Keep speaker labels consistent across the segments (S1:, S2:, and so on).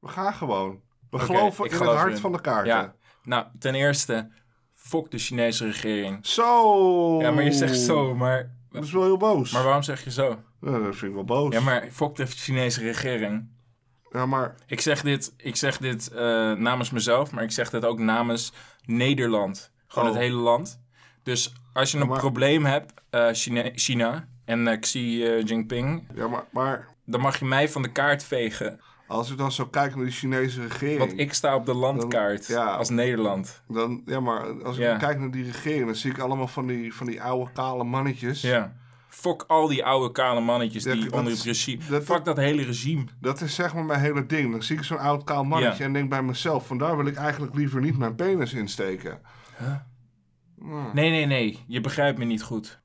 S1: We gaan gewoon. We
S2: Oké,
S1: geloven
S2: ik
S1: in
S2: geloof
S1: het hart
S2: erin.
S1: van de kaarten.
S2: Ja. Nou, ten eerste, fok de Chinese regering.
S1: Zo!
S2: Ja, maar je zegt zo, maar,
S1: Dat is wel heel boos.
S2: maar waarom zeg je zo?
S1: Ja, dat vind ik wel boos.
S2: Ja, maar fok de Chinese regering.
S1: Ja, maar
S2: Ik zeg dit, ik zeg dit eh, namens mezelf, maar ik zeg dit ook namens Nederland. Gewoon
S1: Oh.
S2: het hele land. Dus als je een
S1: maar-
S2: probleem hebt, eh, China, China en eh, Xi eh, Jinping,
S1: Ja, maar, maar
S2: dan mag je mij van de kaart vegen.
S1: als we dan zo kijken naar de Chinese regering.
S2: Want ik sta op de landkaart
S1: Dan- ja.
S2: als Nederland.
S1: Dan, ja, maar als ik
S2: Ja.
S1: kijk naar die regering, dan zie ik allemaal van die, van die oude kale mannetjes.
S2: Ja. Fok al die oude kale mannetjes
S1: Ja,
S2: die
S1: dat
S2: onder
S1: is-
S2: het regime...
S1: dat-
S2: Fuck dat hele regime.
S1: Dat is zeg maar mijn hele ding. Dan zie ik zo'n oud kaal mannetje
S2: Ja.
S1: en denk bij mezelf: van daar wil ik eigenlijk liever niet mijn penis insteken. Hmm.
S2: Nee, nee, nee. Je begrijpt me niet goed.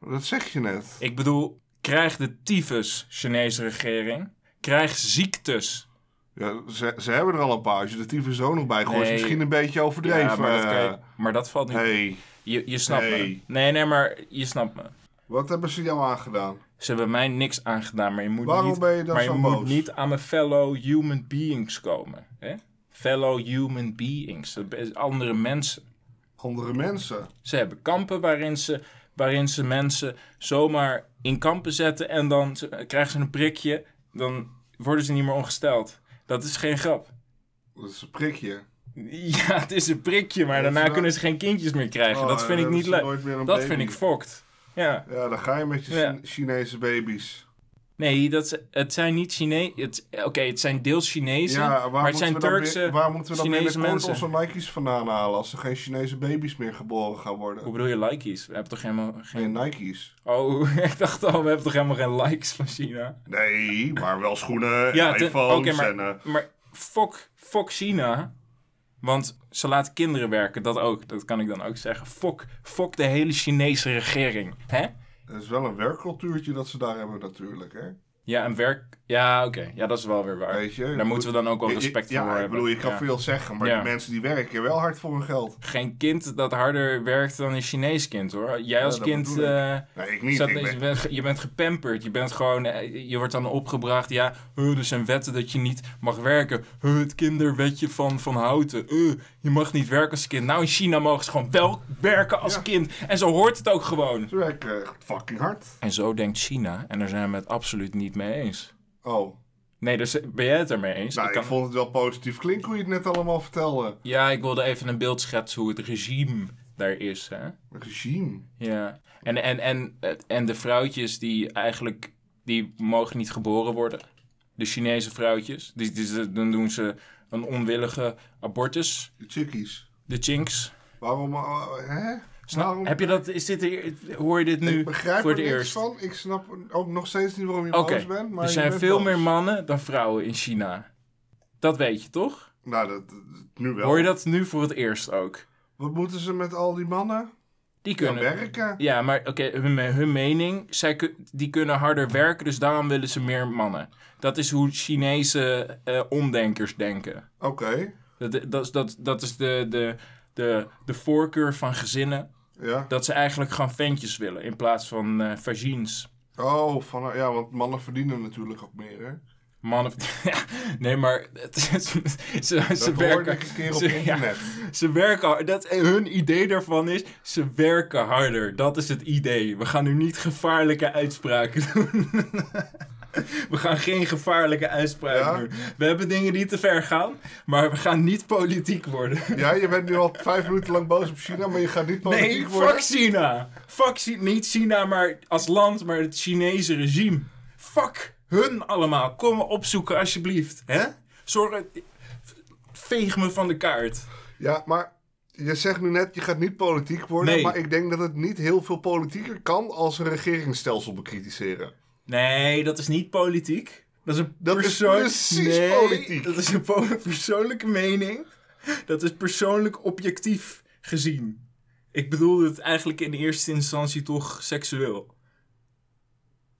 S1: Dat zeg je net.
S2: Ik bedoel, krijg de tyfus, Chinese regering. Krijg ziektes.
S1: Ja, ze, ze hebben er al een paar. Als je de tyfus zo nog bij gooit, is
S2: Nee.
S1: misschien een beetje overdreven.
S2: Ja, maar dat, kan je-
S1: Eh,
S2: maar dat valt niet.
S1: hey,
S2: Je, je snapt me.
S1: Nee.
S2: Nee, nee, maar je snapt me.
S1: wat hebben ze jou aangedaan?
S2: Ze hebben mij niks aangedaan, maar je moet,
S1: Waarom
S2: niet,
S1: ben je dan
S2: maar
S1: zo
S2: je moet
S1: boos?
S2: niet aan mijn fellow human beings komen. Hè? Fellow human beings, dat is andere mensen.
S1: Andere mensen.
S2: Ze hebben kampen waarin ze, waarin ze mensen zomaar in kampen zetten en dan ze- eh, krijgen ze een prikje, dan worden ze niet meer ongesteld. Dat is geen grap.
S1: Dat is een prikje.
S2: Ja, het is een prikje, maar
S1: Ja,
S2: daarna
S1: dat is-
S2: kunnen ze geen kindjes meer krijgen.
S1: Oh,
S2: dat
S1: en
S2: vind ik
S1: dan
S2: niet
S1: hebben ze
S2: leuk.
S1: nooit meer een
S2: Dat
S1: baby.
S2: vind ik fokt. Ja.
S1: Ja, dan ga je met je
S2: Ja.
S1: Chin- Chinese baby's.
S2: Nee, dat, z- het zijn niet Chinezen. Oké, het zijn deels Chinezen,
S1: Ja, waar,
S2: maar het
S1: moeten
S2: zijn
S1: we dan
S2: Turkse,
S1: weer- waar moeten we dan
S2: Chinese
S1: binnenkort
S2: mensen.
S1: onze Nike's vandaan halen als er geen Chinese baby's meer geboren gaan worden?
S2: Hoe bedoel je likeys? We hebben toch helemaal geen...
S1: Geen Nike's.
S2: Oh, ik dacht al, we hebben toch helemaal geen likes van China?
S1: Nee, maar wel schoenen,
S2: Ja, ten-
S1: iPhones
S2: oké, maar,
S1: en... eh,
S2: maar fuck, fuck China. Want ze laten kinderen werken, dat ook. Dat kan ik dan ook zeggen. Fuck, fuck de hele Chinese regering. Hè?
S1: het is wel een werkcultuurtje dat ze daar hebben natuurlijk, hè?
S2: Ja, en werk... Ja, oké. Ja, dat is wel weer waar.
S1: Weet je,
S2: Daar
S1: je
S2: moeten we dan ook wel respect
S1: ja,
S2: voor
S1: ik
S2: hebben.
S1: bedoel, je kan
S2: Ja.
S1: veel zeggen, maar
S2: Ja.
S1: die mensen die werken wel hard voor hun geld.
S2: Geen kind dat harder werkt dan een Chinees kind, hoor. Jij als
S1: dat
S2: kind...
S1: bedoel ik.
S2: eh,
S1: Nee, ik niet.
S2: Zat-
S1: ik ben-
S2: je, bent, je bent gepamperd. Je bent gewoon, eh, je wordt dan opgebracht. Ja, eh, er zijn wetten dat je niet mag werken. Eh, het kinderwetje van Van Houten. Eh, je mag niet werken als kind. Nou, in China mogen ze gewoon wel werken als
S1: Ja.
S2: kind. En zo hoort het ook gewoon.
S1: Ze werken echt fucking hard.
S2: En zo denkt China. En daar zijn we het absoluut niet mee eens.
S1: Oh,
S2: Nee, dus ben jij het ermee eens?
S1: nou,
S2: Ik
S1: ik,
S2: kan-
S1: vond het wel positief klinken hoe je het net allemaal vertelde.
S2: Ja, ik wilde even een beeld schetsen hoe het regime daar is. Hè?
S1: Regime.
S2: Ja, en, en, en, en de vrouwtjes die eigenlijk die mogen niet geboren worden. De Chinese vrouwtjes. Die, die, ze- dan doen ze een onwillige abortus.
S1: De chickies.
S2: De chinks.
S1: Waarom, eh, hè?
S2: Snap-
S1: Waarom?
S2: Heb je dat? Is dit, de- hoor je dit nu
S1: Nou, ik begrijp
S2: voor
S1: er
S2: het
S1: niks
S2: eerst?
S1: van. Ik snap ook nog steeds niet waarom je
S2: Oké,
S1: boos bent. Maar
S2: er
S1: je
S2: zijn
S1: bent
S2: veel
S1: boos.
S2: meer mannen dan vrouwen in China. Dat weet je toch?
S1: Nou, dat, dat- nu wel.
S2: Hoor je dat nu voor het eerst ook?
S1: Wat moeten ze met al die mannen?
S2: Die
S1: Kunnen
S2: kunnen.
S1: werken.
S2: Ja, maar oké, hun, hun mening, zij, kun- die kunnen harder werken, dus daarom willen ze meer mannen. Dat is hoe Chinese eh, omdenkers denken.
S1: Oké.
S2: Dat, dat, is- dat, dat is de, de, de, de voorkeur van gezinnen,
S1: Ja.
S2: dat ze eigenlijk gewoon ventjes willen in plaats van eh vagines.
S1: Oh, van, ja, want mannen verdienen natuurlijk ook meer, hè?
S2: Mannen. Ja, nee, maar. het is- ze, ze
S1: Dat hoorde
S2: werken.
S1: ik een keer op
S2: ze- ja,
S1: internet.
S2: Ze werken hard- dat, eh, Hun idee daarvan is, ze werken harder. Dat is het idee. We gaan nu niet gevaarlijke uitspraken doen. We gaan geen gevaarlijke uitspraken
S1: Ja?
S2: doen. We hebben dingen die te ver gaan, maar we gaan niet politiek worden.
S1: Ja, je bent nu al vijf minuten lang boos op China, maar je gaat niet politiek
S2: Nee,
S1: worden.
S2: fuck China. Fuck Chi- niet China, maar als land, maar het Chinese regime. Fuck hun allemaal. Kom me opzoeken alsjeblieft. Hè? Zorg... Veeg me van de kaart.
S1: Ja, maar je zegt nu net, je gaat niet politiek worden.
S2: Nee.
S1: Maar ik denk dat het niet heel veel politieker kan als een regeringsstelsel bekritiseren.
S2: Nee, dat is niet politiek. Dat is een
S1: Dat is
S2: persoon-
S1: precies
S2: Nee,
S1: politiek.
S2: Dat is een po- persoonlijke mening. Dat is persoonlijk objectief gezien. Ik bedoel het eigenlijk in eerste instantie toch seksueel.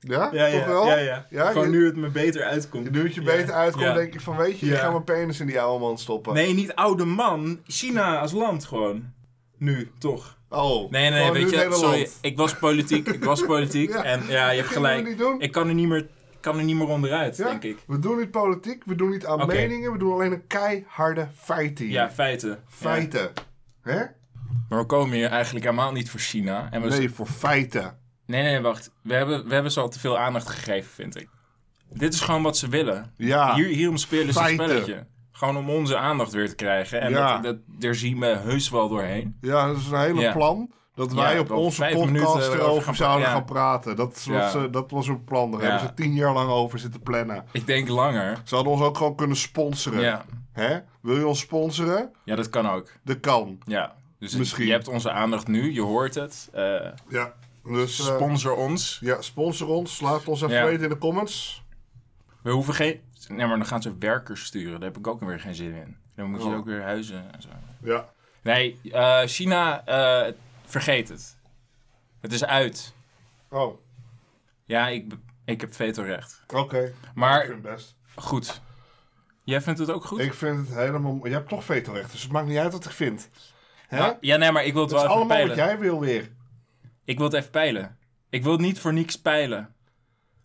S1: Ja,
S2: Ja,
S1: toch
S2: ja,
S1: wel?
S2: ja, ja. Gewoon
S1: je,
S2: nu het me beter uitkomt.
S1: nu het je beter uitkomt,
S2: Ja.
S1: denk je van, weet je,
S2: Ja.
S1: ik ga mijn penis in die oude man stoppen.
S2: Nee, niet oude man. China als land gewoon. Nu, toch?
S1: Oh,
S2: Nee, nee,
S1: gewoon
S2: weet
S1: nu
S2: je,
S1: Nederland.
S2: sorry. Ik was politiek, ik was politiek.
S1: Ja,
S2: en ja, je hebt
S1: dat kunnen we
S2: gelijk.
S1: niet doen.
S2: Ik kan er niet meer kan er niet meer onderuit,
S1: Ja?
S2: denk ik.
S1: We doen niet politiek, we doen niet aan
S2: Oké.
S1: meningen, we doen alleen een keiharde feiten hier.
S2: Ja, feiten. Ja.
S1: feiten. Hè?
S2: Maar we komen hier eigenlijk helemaal niet voor China. En we
S1: Nee, voor feiten.
S2: nee, nee, wacht. We hebben, we hebben ze al te veel aandacht gegeven, vind ik. Dit is gewoon wat ze willen.
S1: Ja.
S2: Hier, hierom spelen ze een
S1: feiten.
S2: spelletje. Gewoon om onze aandacht weer te krijgen. En
S1: Ja.
S2: dat, dat, daar zien we heus wel doorheen.
S1: Ja, dat is een hele
S2: Ja.
S1: plan. Dat
S2: Ja,
S1: wij op
S2: dat we
S1: onze
S2: vijf minuten
S1: podcast
S2: erover
S1: erover
S2: gaan pra-
S1: zouden
S2: ja.
S1: gaan praten. Dat, is wat
S2: Ja.
S1: ze- dat was hun plan. Daar
S2: Ja.
S1: hebben ze tien jaar lang over zitten plannen.
S2: Ik denk langer.
S1: Ze hadden ons ook gewoon kunnen sponsoren.
S2: Ja,
S1: Hè? Wil je ons sponsoren?
S2: ja dat kan ook.
S1: Dat kan.
S2: Ja. Dus het-
S1: Misschien.
S2: je hebt onze aandacht nu, je hoort het. Eh,
S1: Ja. Dus eh,
S2: sponsor ons.
S1: ja, sponsor ons. Laat ons even
S2: Ja.
S1: weten in de comments.
S2: We hoeven geen. Nee, maar dan gaan ze werkers sturen. Daar heb ik ook weer geen zin in. Dan moet je
S1: Oh.
S2: ook weer huizen en zo.
S1: Ja.
S2: Nee, eh, China, eh, vergeet het. Het is uit.
S1: Oh,
S2: Ja, ik, be- ik heb vetorecht.
S1: oké. Ik
S2: Maar
S1: vind het best.
S2: goed. Jij vindt het ook goed?
S1: Ik vind het helemaal... Je hebt toch vetorecht, dus het maakt niet uit wat ik vind. Hè?
S2: Maar- ja, nee, maar ik wil het
S1: het is
S2: wel Nou, even
S1: allemaal
S2: peilen.
S1: wat jij wil weer.
S2: Ik wil het even peilen. Ik wil het niet voor niks peilen.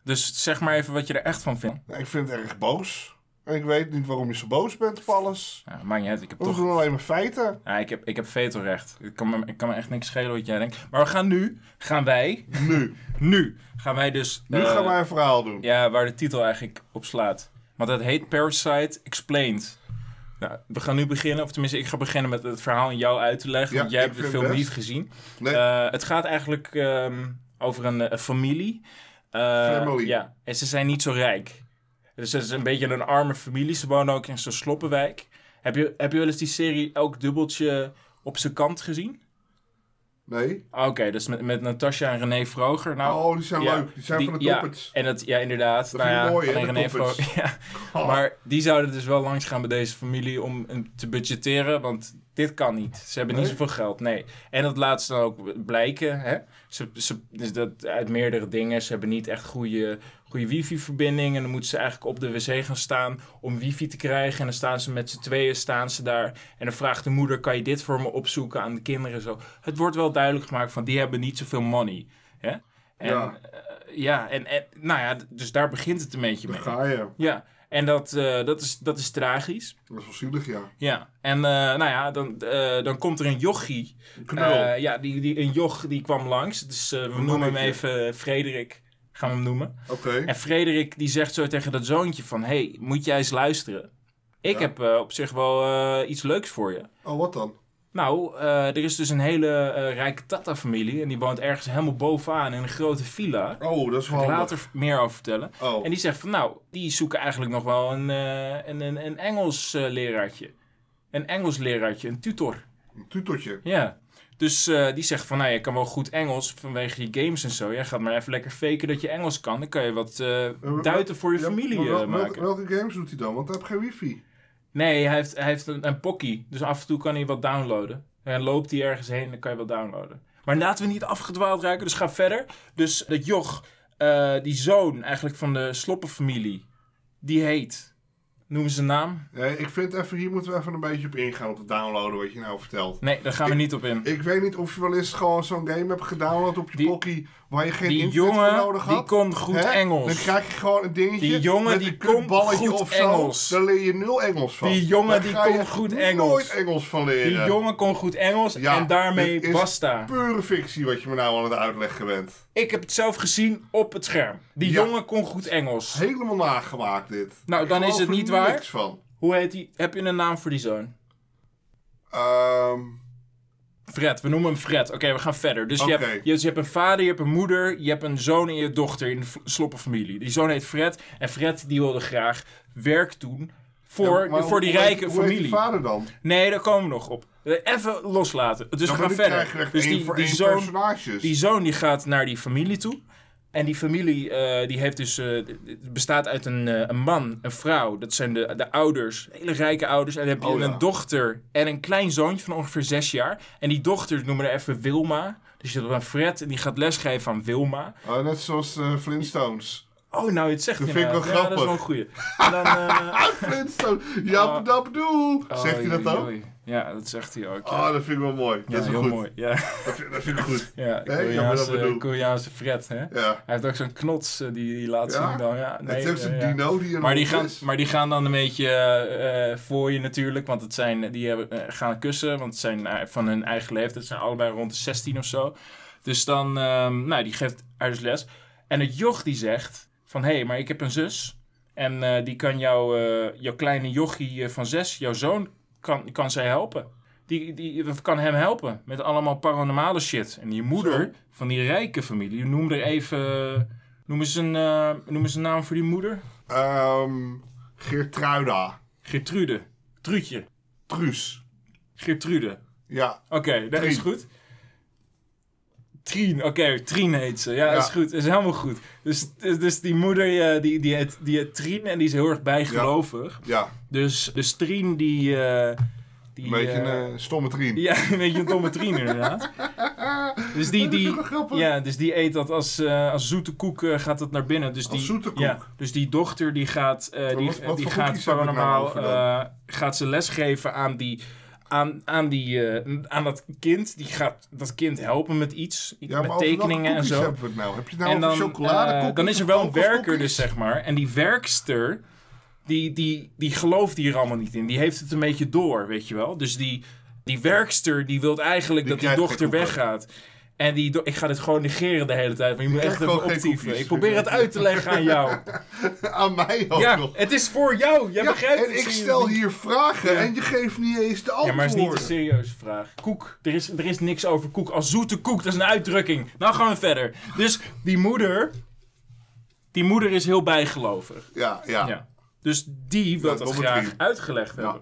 S2: Dus zeg maar even wat je er echt van vindt.
S1: Nou, ik vind het erg boos. En ik weet niet waarom je zo boos bent op alles.
S2: Ja, maakt niet uit, ik heb
S1: We
S2: toch
S1: doen alleen maar feiten.
S2: Ja, ik heb, ik heb vetorecht. Ik kan, me, ik kan me echt niks schelen wat jij denkt. Maar we gaan nu, gaan wij,
S1: Nu.
S2: nu gaan wij dus...
S1: Nu
S2: eh,
S1: gaan wij een verhaal doen.
S2: Ja, waar de titel eigenlijk op slaat. Want dat heet Parasite Explained. Nou, we gaan nu beginnen, of tenminste ik ga beginnen met het verhaal aan jou uit te leggen.
S1: Ja,
S2: want jij
S1: ik
S2: hebt de
S1: vind
S2: film
S1: best.
S2: niet gezien.
S1: Nee.
S2: Eh, het gaat eigenlijk ehm, over een, eh, familie. Eh,
S1: Family.
S2: Ja, en ze zijn niet zo rijk. Dus het is een beetje een arme familie. Ze wonen ook in zo'n sloppenwijk. Heb je, heb je wel eens die serie Elk Dubbeltje op zijn kant gezien?
S1: Nee?
S2: Ah, Oké, dus met, met Natasha en René Vroger. Nou,
S1: Oh, die zijn
S2: ja,
S1: leuk. Die zijn van de
S2: ja,
S1: toppets.
S2: en dat, ja, inderdaad.
S1: Dat
S2: nou
S1: vind ik
S2: ja,
S1: mooi, hè, de
S2: alleen René
S1: toppers.
S2: Vroger- Ja,
S1: Oh.
S2: maar die zouden dus wel langs gaan bij deze familie om hem te budgetteren, want dit kan niet. Ze hebben niet
S1: Nee?
S2: zoveel geld, nee. En dat laat ze dan ook blijken, hè. Ze, ze, dus dat uit meerdere dingen. Ze hebben niet echt goede, goede wifi-verbinding en dan moeten ze eigenlijk op de wc gaan staan om wifi te krijgen. En dan staan ze met z'n tweeën staan ze daar en dan vraagt de moeder, kan je dit voor me opzoeken aan de kinderen en zo. Het wordt wel duidelijk gemaakt van, die hebben niet zoveel money, hè. En,
S1: Ja.
S2: ja. ja, en, en nou ja, d- dus daar begint het een beetje mee.
S1: Daar ga je.
S2: Ja, en dat, eh, dat, is, dat is tragisch.
S1: Dat is wel zielig, ja.
S2: Ja, en eh, nou ja, dan, eh, dan komt er een jochie.
S1: Een knul.
S2: Eh, ja, die, die, een joch die kwam langs. Dus eh, we
S1: Een
S2: noemen hem
S1: mannetje.
S2: even Frederik. Gaan we hem noemen.
S1: Oké.
S2: En Frederik die zegt zo tegen dat zoontje van... hey, moet jij eens luisteren? Ik
S1: Ja.
S2: heb eh, op zich wel eh, iets leuks voor je.
S1: Oh, wat dan?
S2: Nou, eh, er is dus een hele eh, rijke Tata-familie... en die woont ergens helemaal bovenaan in een grote villa.
S1: Oh, dat is
S2: Daar
S1: wel
S2: ga ik
S1: handig.
S2: later meer over vertellen.
S1: Oh,
S2: En die zegt van, nou, die zoeken eigenlijk nog wel een, eh, een, een, een Engels eh, leraartje. Een Engels leraartje, een tutor.
S1: een tutortje.
S2: Ja. Dus eh, die zegt van, nou, je kan wel goed Engels vanwege je games en zo. Jij gaat maar even lekker faken dat je Engels kan. Dan kan je wat eh,
S1: maar-
S2: duiten voor je
S1: Ja,
S2: familie
S1: maar wel-
S2: eh,
S1: wel-
S2: maken.
S1: welke games doet hij dan? Want hij heeft geen wifi.
S2: Nee, hij heeft, hij heeft een, een pokkie. Dus af en toe kan hij wat downloaden. En loopt hij ergens heen, dan kan je wat downloaden. Maar laten we niet afgedwaald raken, dus ga verder. Dus dat joch, eh, die zoon eigenlijk van de sloppenfamilie, die heet... Noemen ze een naam?
S1: Nee, ik vind even, hier moeten we even een beetje op ingaan, op het downloaden wat je nou vertelt.
S2: Nee, daar gaan we niet op in.
S1: Ik weet niet of je wel eens gewoon zo'n game hebt gedownload op je
S2: Die-
S1: pokkie, waar je geen
S2: Die
S1: internet voor
S2: jongen,
S1: nodig had.
S2: die kon goed
S1: Hè? Dan
S2: Engels.
S1: krijg je gewoon een dingetje.
S2: Die jongen
S1: met
S2: die
S1: een
S2: kon
S1: kutballetje
S2: goed
S1: of zo.
S2: Engels.
S1: Daar leer je nul Engels van.
S2: Die jongen
S1: Daar
S2: die
S1: ga je
S2: kon goed Engels.
S1: nooit Engels van leren.
S2: Die jongen kon goed Engels
S1: Ja,
S2: en daarmee
S1: dit is
S2: basta.
S1: Pure fictie wat je me nou aan het uitleggen bent.
S2: Ik heb het zelf gezien op het scherm. Die
S1: Ja.
S2: jongen kon goed Engels.
S1: Helemaal nagemaakt dit.
S2: Nou,
S1: Ik
S2: dan is
S1: geloof
S2: het
S1: er
S2: niet waar.
S1: niks van.
S2: Hoe heet die? Heb je een naam voor die zoon?
S1: Ehm,
S2: Fred, we noemen hem Fred. Oké, we gaan verder. Dus, je
S1: Oké.
S2: hebt, je, dus je hebt een vader, je hebt een moeder, je hebt een zoon en je dochter in de v- sloppenfamilie. Die zoon heet Fred en Fred die wilde graag werk doen voor,
S1: ja, maar
S2: voor die
S1: hoe heet-
S2: rijke
S1: hoe heet
S2: familie.
S1: die vader dan?
S2: nee, daar komen we nog op. Eh, Even loslaten. Dus we gaan verder. Dus die,
S1: voor
S2: die,
S1: één
S2: zoon,
S1: personages.
S2: die zoon die gaat naar die familie toe. En die familie eh, die heeft dus, eh, het bestaat uit een, eh, een man, een vrouw. Dat zijn de, de ouders, hele rijke ouders. En dan heb je
S1: Oh, ja.
S2: een dochter en een klein zoontje van ongeveer zes jaar. En die dochter noemen we even Wilma. Dus je hebt dan Fred en die gaat lesgeven aan Wilma.
S1: Oh, net zoals eh, Flintstones.
S2: Oh, nou, je het zegt
S1: Dat vind ik wel
S2: inderdaad. Ja, dat is wel een goeie. En dan, eh,
S1: Flintstones, jappedapedoe.
S2: oh,
S1: Zegt hij dat
S2: oei,
S1: ook?
S2: oei. Ja, dat zegt hij ook. Ja,
S1: Ah, dat vind ik wel mooi.
S2: Ja,
S1: dat is wel
S2: heel
S1: goed.
S2: mooi. Ja,
S1: Dat, vind, dat vind ik goed.
S2: ja
S1: maar dat
S2: Koreaanse,
S1: bedoel-
S2: Koreaanse Fred, hè?
S1: Ja.
S2: Hij heeft ook zo'n knots eh, die, die laat
S1: Ja?
S2: zien dan. Ja, nee,
S1: het heeft
S2: eh,
S1: een
S2: ja.
S1: dino die er
S2: Maar
S1: nog
S2: die, gaan,
S1: is.
S2: maar die gaan dan een beetje eh, eh, voor je natuurlijk. Want het zijn, die hebben, eh, gaan kussen. Want het zijn eh, van hun eigen leeftijd. Het zijn allebei rond de 16 of zo. Dus dan, ehm, nou, die geeft ouders les. En het joch die zegt van... Hé, hey, maar ik heb een zus. En eh, die kan jou, eh, jouw kleine jochie eh, van zes, jouw zoon, kan, kan zij helpen. Die, die kan hem helpen met allemaal paranormale shit. En die moeder
S1: Zo.
S2: van die rijke familie, noem er even... Noem eens, een, eh, noem eens een naam voor die moeder.
S1: Ehm, Geertruida.
S2: Gertrude. Truutje.
S1: Truus.
S2: Gertrude.
S1: Ja.
S2: Oké, dat is
S1: Trien.
S2: goed. Trien, oké, Trien heet ze. Ja, dat is
S1: Ja.
S2: goed. Dat is helemaal goed. Dus, dus dus die moeder, eh, die, die, heet, die heet Trien en die is heel erg bijgelovig.
S1: Ja.
S2: Dus, dus Trien, die... eh, die
S1: Een beetje
S2: eh,
S1: een eh, stomme trien.
S2: Ja, een beetje een domme Trien inderdaad. Dus die, die, ja, dus die eet dat als, eh, als zoete koek eh, gaat dat naar binnen. Dus
S1: Als
S2: die,
S1: zoete koek?
S2: Ja, dus die dochter die gaat, eh, die,
S1: wat- wat
S2: die
S1: voor
S2: gaat
S1: koekjes heb ik nou
S2: paranormaal
S1: over
S2: eh gaat ze lesgeven aan die... Aan, aan, die, eh, aan dat kind. Die gaat dat kind helpen met iets.
S1: Ja, maar over
S2: met
S1: welke
S2: tekeningen en
S1: koekjes
S2: zo.
S1: hebben we het nou? Heb je het nou
S2: en
S1: over
S2: dan,
S1: chocoladekoekjes
S2: eh, dan is er
S1: of
S2: wel een werker
S1: kokoskoekjes?
S2: dus, zeg maar. En die werkster, die, die, die gelooft hier allemaal niet in. Die heeft het een beetje door, weet je wel. Dus die, die werkster, die wil eigenlijk
S1: Die
S2: dat die
S1: krijgt
S2: dochter
S1: geen koeken.
S2: weggaat. En die, do- ik ga dit gewoon negeren de hele tijd, maar je moet
S1: krijgt
S2: echt even
S1: gewoon geen
S2: optieven.
S1: koekjes.
S2: Ik probeer het uit te leggen aan jou.
S1: Aan mij ook
S2: Ja,
S1: nog.
S2: het is voor jou. Jij
S1: Oh, Ja,
S2: begrijpt
S1: en
S2: het,
S1: ik
S2: zie je
S1: stel
S2: niet?
S1: hier vragen
S2: Ja.
S1: en je geeft niet eens de
S2: Ja,
S1: antwoorden.
S2: maar het is niet een serieuze vraag. Koek, er is, er is niks over koek. Als zoete koek, dat is een uitdrukking. Nou gaan we verder. Dus die moeder, die moeder is heel bijgelovig.
S1: Ja, ja.
S2: Ja. Dus die wil
S1: Ja,
S2: dat
S1: Robert
S2: graag
S1: Riem.
S2: uitgelegd
S1: Ja.
S2: hebben.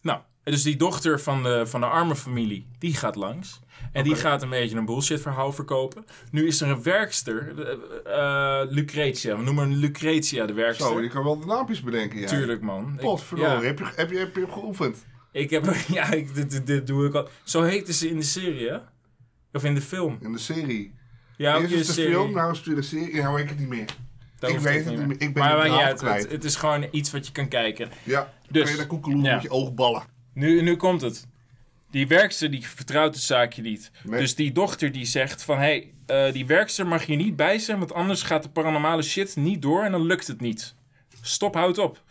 S2: Nou, en dus die dochter van de, van de arme familie, die gaat langs. En die gaat een beetje een bullshit verhaal verkopen. Nu is er een werkster, eh, eh, Lucretia. We noemen haar Lucretia de werkster.
S1: Zo, je kan wel de naampjes bedenken, ja.
S2: Tuurlijk, man. Ik-
S1: Potverdorie,
S2: ja,
S1: heb, je, heb, je, heb je geoefend?
S2: ik heb, ja ik, dit, dit, dit doe ik al. Zo heette ze in de serie, hè? Of in de film.
S1: In de serie.
S2: Ja, ook
S1: Eerst
S2: in
S1: is de film, nou is het weer de serie. Nou, weet ik het niet meer.
S2: Dat
S1: ik
S2: hoeft
S1: weet
S2: ook
S1: het niet meer. Ik ben
S2: maar
S1: de
S2: maakt niet
S1: draad
S2: uit.
S1: kwijt.
S2: Het, het is gewoon iets wat je kan kijken.
S1: Ja,
S2: Dus,
S1: dus, kan je daar koekeloeren
S2: ja.
S1: met je oogballen.
S2: Nu, nu komt het. Die werkster die vertrouwt het zaakje niet.
S1: Nee.
S2: Dus die dochter die zegt van... Hé, hey, eh, die werkster mag je niet bij zijn... want anders gaat de paranormale shit niet door... en dan lukt het niet. Stop, houd op.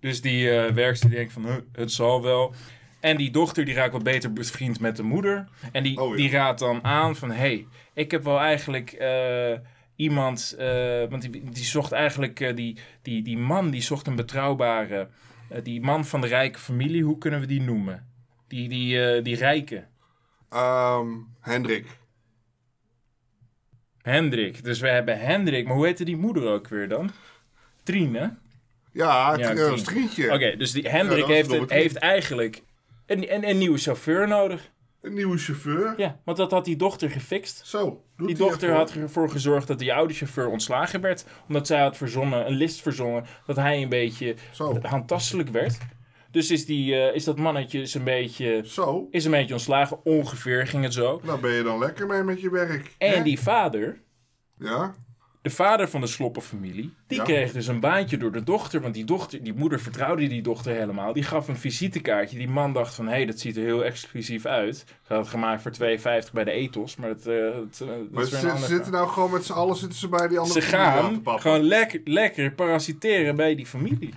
S2: Dus die eh, werkster die denkt van... "Huh, het zal wel. En die dochter die raakt wat beter bevriend met de moeder. En die,
S1: Oh ja.
S2: die raadt dan aan van... Hé, hey, ik heb wel eigenlijk... eh, Iemand, eh, want die, die zocht eigenlijk, eh, die, die, die man die zocht een betrouwbare eh, die man van de rijke familie, hoe kunnen we die noemen? Die, die, eh, die rijke.
S1: Ehm, Hendrik.
S2: Hendrik. Dus we hebben Hendrik. Maar hoe heette die moeder ook weer dan? Trien, hè? Oké,
S1: Ja, het eh,
S2: Ja,
S1: ja,
S2: Trien.
S1: een strietje.
S2: dus die
S1: Ja,
S2: Hendrik
S1: dat is
S2: heeft,
S1: domme
S2: het,
S1: Trien.
S2: heeft eigenlijk een, een, een nieuwe chauffeur nodig.
S1: Een nieuwe chauffeur.
S2: Ja, want dat had die dochter gefixt.
S1: Zo, doet
S2: Die
S1: hij
S2: dochter
S1: even.
S2: had ervoor gezorgd dat die oude chauffeur ontslagen werd. Omdat zij had verzonnen, een list verzonnen, dat hij een beetje
S1: Zo,
S2: handtastelijk werd. Dus is, die, eh, is dat mannetje is een, beetje,
S1: zo.
S2: is een beetje ontslagen. Ongeveer ging het zo.
S1: Daar ben je dan lekker mee met je werk. hè?
S2: En die vader,
S1: Ja,
S2: de vader van de sloppenfamilie, die
S1: Ja.
S2: kreeg dus een baantje door de dochter. Want die, dochter, die moeder vertrouwde die dochter helemaal. Die gaf een visitekaartje. Die man dacht van, hé, hey, dat ziet er heel exclusief uit. Ze had het gemaakt voor 2,50 bij de ethos, maar dat, eh, dat, eh, dat
S1: maar
S2: is
S1: ze
S2: weer een
S1: ze
S2: ander
S1: zitten
S2: verhaal.
S1: nou gewoon met z'n allen zitten ze bij die andere
S2: Ze
S1: familie aan te
S2: gaan
S1: pappen.
S2: gewoon lekker, lekker parasiteren bij die familie.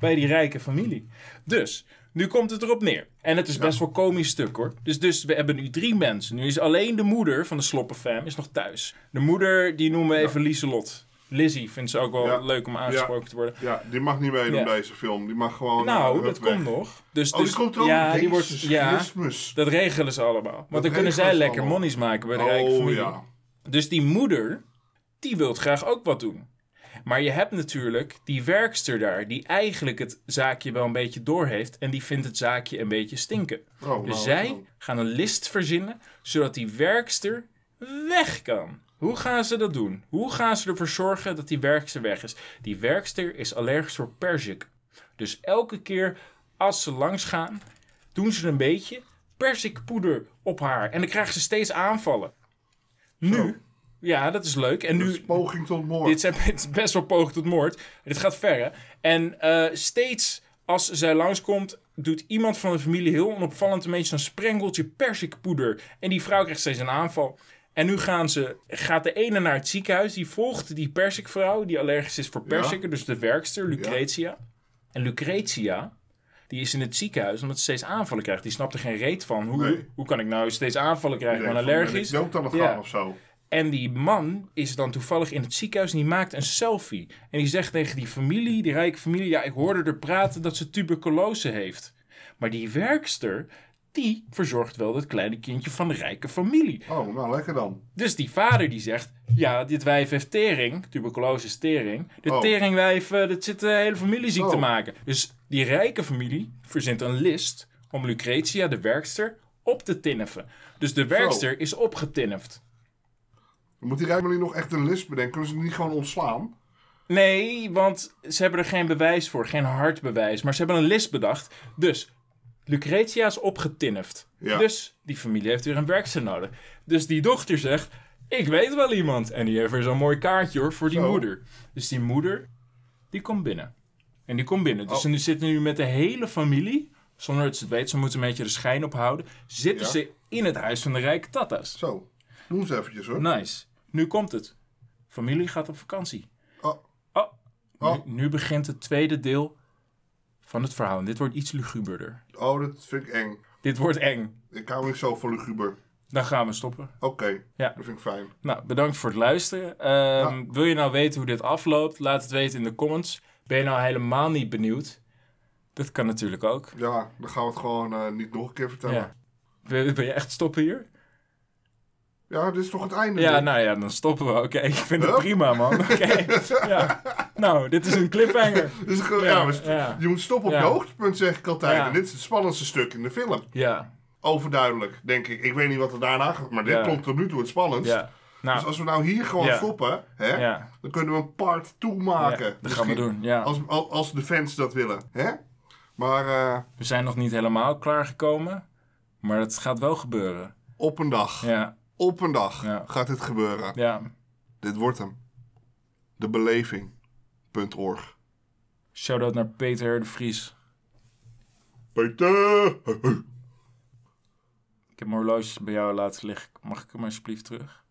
S2: Bij die rijke familie. Dus, nu komt het erop neer. En het is best wel een komisch stuk hoor. Dus, dus we hebben nu drie mensen. Nu is alleen de moeder van de sloppenfam is nog thuis. De moeder, die noemen we even Lieselot. Lizzie vindt ze ook wel
S1: Ja.
S2: leuk om aangesproken te worden.
S1: Ja, die mag niet meedoen
S2: Ja.
S1: deze film. Die mag gewoon...
S2: Nou,
S1: eh,
S2: dat
S1: hup, weg.
S2: komt nog. Dus,
S1: Oh, die
S2: dus-
S1: komt er ook.
S2: ja, die wordt,
S1: Jezus
S2: ja,
S1: Christus.
S2: dat regelen ze allemaal. Want dan kunnen
S1: regelen
S2: zij
S1: ze
S2: lekker
S1: allemaal.
S2: monies maken bij de rijke
S1: Oh
S2: familie.
S1: ja.
S2: Dus die moeder, die wil graag ook wat doen. Maar je hebt natuurlijk die werkster daar, die eigenlijk het zaakje wel een beetje door heeft. En die vindt het zaakje een beetje stinken.
S1: Oh, nou,
S2: Dus zij
S1: zo.
S2: gaan een list verzinnen, zodat die werkster weg kan. Hoe gaan ze dat doen? Hoe gaan ze ervoor zorgen dat die werkster weg is? Die werkster is allergisch voor perzik. Dus elke keer als ze langs gaan, doen ze een beetje persikpoeder op haar. En dan krijgt ze steeds aanvallen.
S1: Zo.
S2: Nu, ja, dat is leuk. En
S1: Dat
S2: nu,
S1: is poging tot moord.
S2: dit zijn het is best wel poging tot moord. Dit gaat ver, hè? En eh, steeds Als zij langskomt, doet iemand van de familie heel onopvallend een beetje zo'n sprengeltje persikpoeder. En die vrouw krijgt steeds een aanval. En nu gaan ze, gaat de ene naar het ziekenhuis, die volgt die persikvrouw, die allergisch is voor persiken, dus de werkster, Lucretia. En Lucretia, die is in het ziekenhuis omdat ze steeds aanvallen krijgt. Die snapt er geen reet van. Hoe,
S1: Nee.
S2: hoe kan ik nou steeds aanvallen krijgen? Ik ben
S1: Ik eh,
S2: allergisch.
S1: dood aan het
S2: Ja.
S1: gaan of zo.
S2: En die man is dan toevallig in het ziekenhuis en die maakt een selfie. En die zegt tegen die familie, die rijke familie, ja, ik hoorde er praten dat ze tuberculose heeft. Maar die werkster, die verzorgt wel dat kleine kindje van de rijke familie.
S1: Oh, nou lekker dan.
S2: Dus die vader die zegt, ja, dit wijf heeft tering, tuberculose is tering. De
S1: Oh.
S2: teringwijf, eh, dat zit de hele familie ziek te
S1: Oh.
S2: maken. Dus die rijke familie verzint een list om Lucretia, de werkster, op te tinneven. Dus de werkster is opgetinnift.
S1: Dan moet die Rijmeli nog echt een list bedenken. Kunnen ze het niet gewoon ontslaan?
S2: Nee, want ze hebben er geen bewijs voor, geen hard bewijs. Maar ze hebben een list bedacht. Dus Lucretia is opgetinnift.
S1: Ja.
S2: Dus die familie heeft weer een werkster nodig. Dus die dochter zegt: Ik weet wel iemand. En die heeft weer zo'n mooi kaartje hoor voor die
S1: Zo.
S2: moeder. Dus die moeder, die komt binnen. En die komt binnen. Dus
S1: Oh.
S2: ze nu zitten nu met de hele familie. Zonder dat ze het weet, ze moeten een beetje de schijn ophouden. Zitten
S1: Ja.
S2: ze in het huis van de rijke Tata's.
S1: Zo. Noem ze eventjes hoor.
S2: Nice. Nu komt het. Familie gaat op vakantie.
S1: Oh,
S2: Oh,
S1: Oh.
S2: Nu, nu begint het tweede deel van het verhaal. En dit wordt iets luguberder.
S1: oh, dat vind ik eng.
S2: Dit wordt eng.
S1: Ik hou niet zo van luguber.
S2: Dan gaan we stoppen.
S1: Oké,
S2: Ja.
S1: dat vind ik fijn.
S2: Nou, bedankt voor het luisteren. Ehm, Wil je nou weten hoe dit afloopt? Laat het weten in de comments. Ben je nou helemaal niet benieuwd? Dat kan natuurlijk ook.
S1: Ja, dan gaan we het gewoon eh, niet nog een keer vertellen.
S2: Ja.
S1: Ja,
S2: Wil, wil je echt stoppen hier?
S1: dit is toch het einde?
S2: Ja,
S1: nu?
S2: nou ja, dan stoppen we. Oké, ik vind het
S1: Hup.
S2: prima, man. Oké. Ja. Nou, dit is een cliffhanger.
S1: Dit is gewoon-
S2: nou- Ja,
S1: ja, we st-
S2: ja.
S1: Je moet stoppen op
S2: Ja.
S1: je hoogtepunt, zeg ik altijd.
S2: Ja.
S1: En dit is het spannendste stuk in de film.
S2: Ja,
S1: Overduidelijk, denk ik. Ik weet niet wat er daarna gaat, maar dit
S2: Ja.
S1: klonk tot nu toe het spannendst.
S2: ja.
S1: Dus
S2: Nou,
S1: als we nou hier gewoon
S2: Ja.
S1: stoppen, hè,
S2: ja.
S1: dan kunnen we een part 2
S2: ja.
S1: maken.
S2: Dat
S1: Dus-
S2: gaan we
S1: Misschien.
S2: doen, ja.
S1: Als, al- als de fans dat willen. Hè? Maar eh,
S2: We zijn nog niet helemaal klaargekomen, maar het gaat wel gebeuren.
S1: op een dag,
S2: Ja,
S1: op een dag
S2: Ja.
S1: gaat dit gebeuren.
S2: ja.
S1: Dit wordt hem. Debeleving.org
S2: Shout-out naar Peter de Vries.
S1: Peter!
S2: Ik heb mijn horloge bij jou laten liggen. Mag ik hem alsjeblieft terug?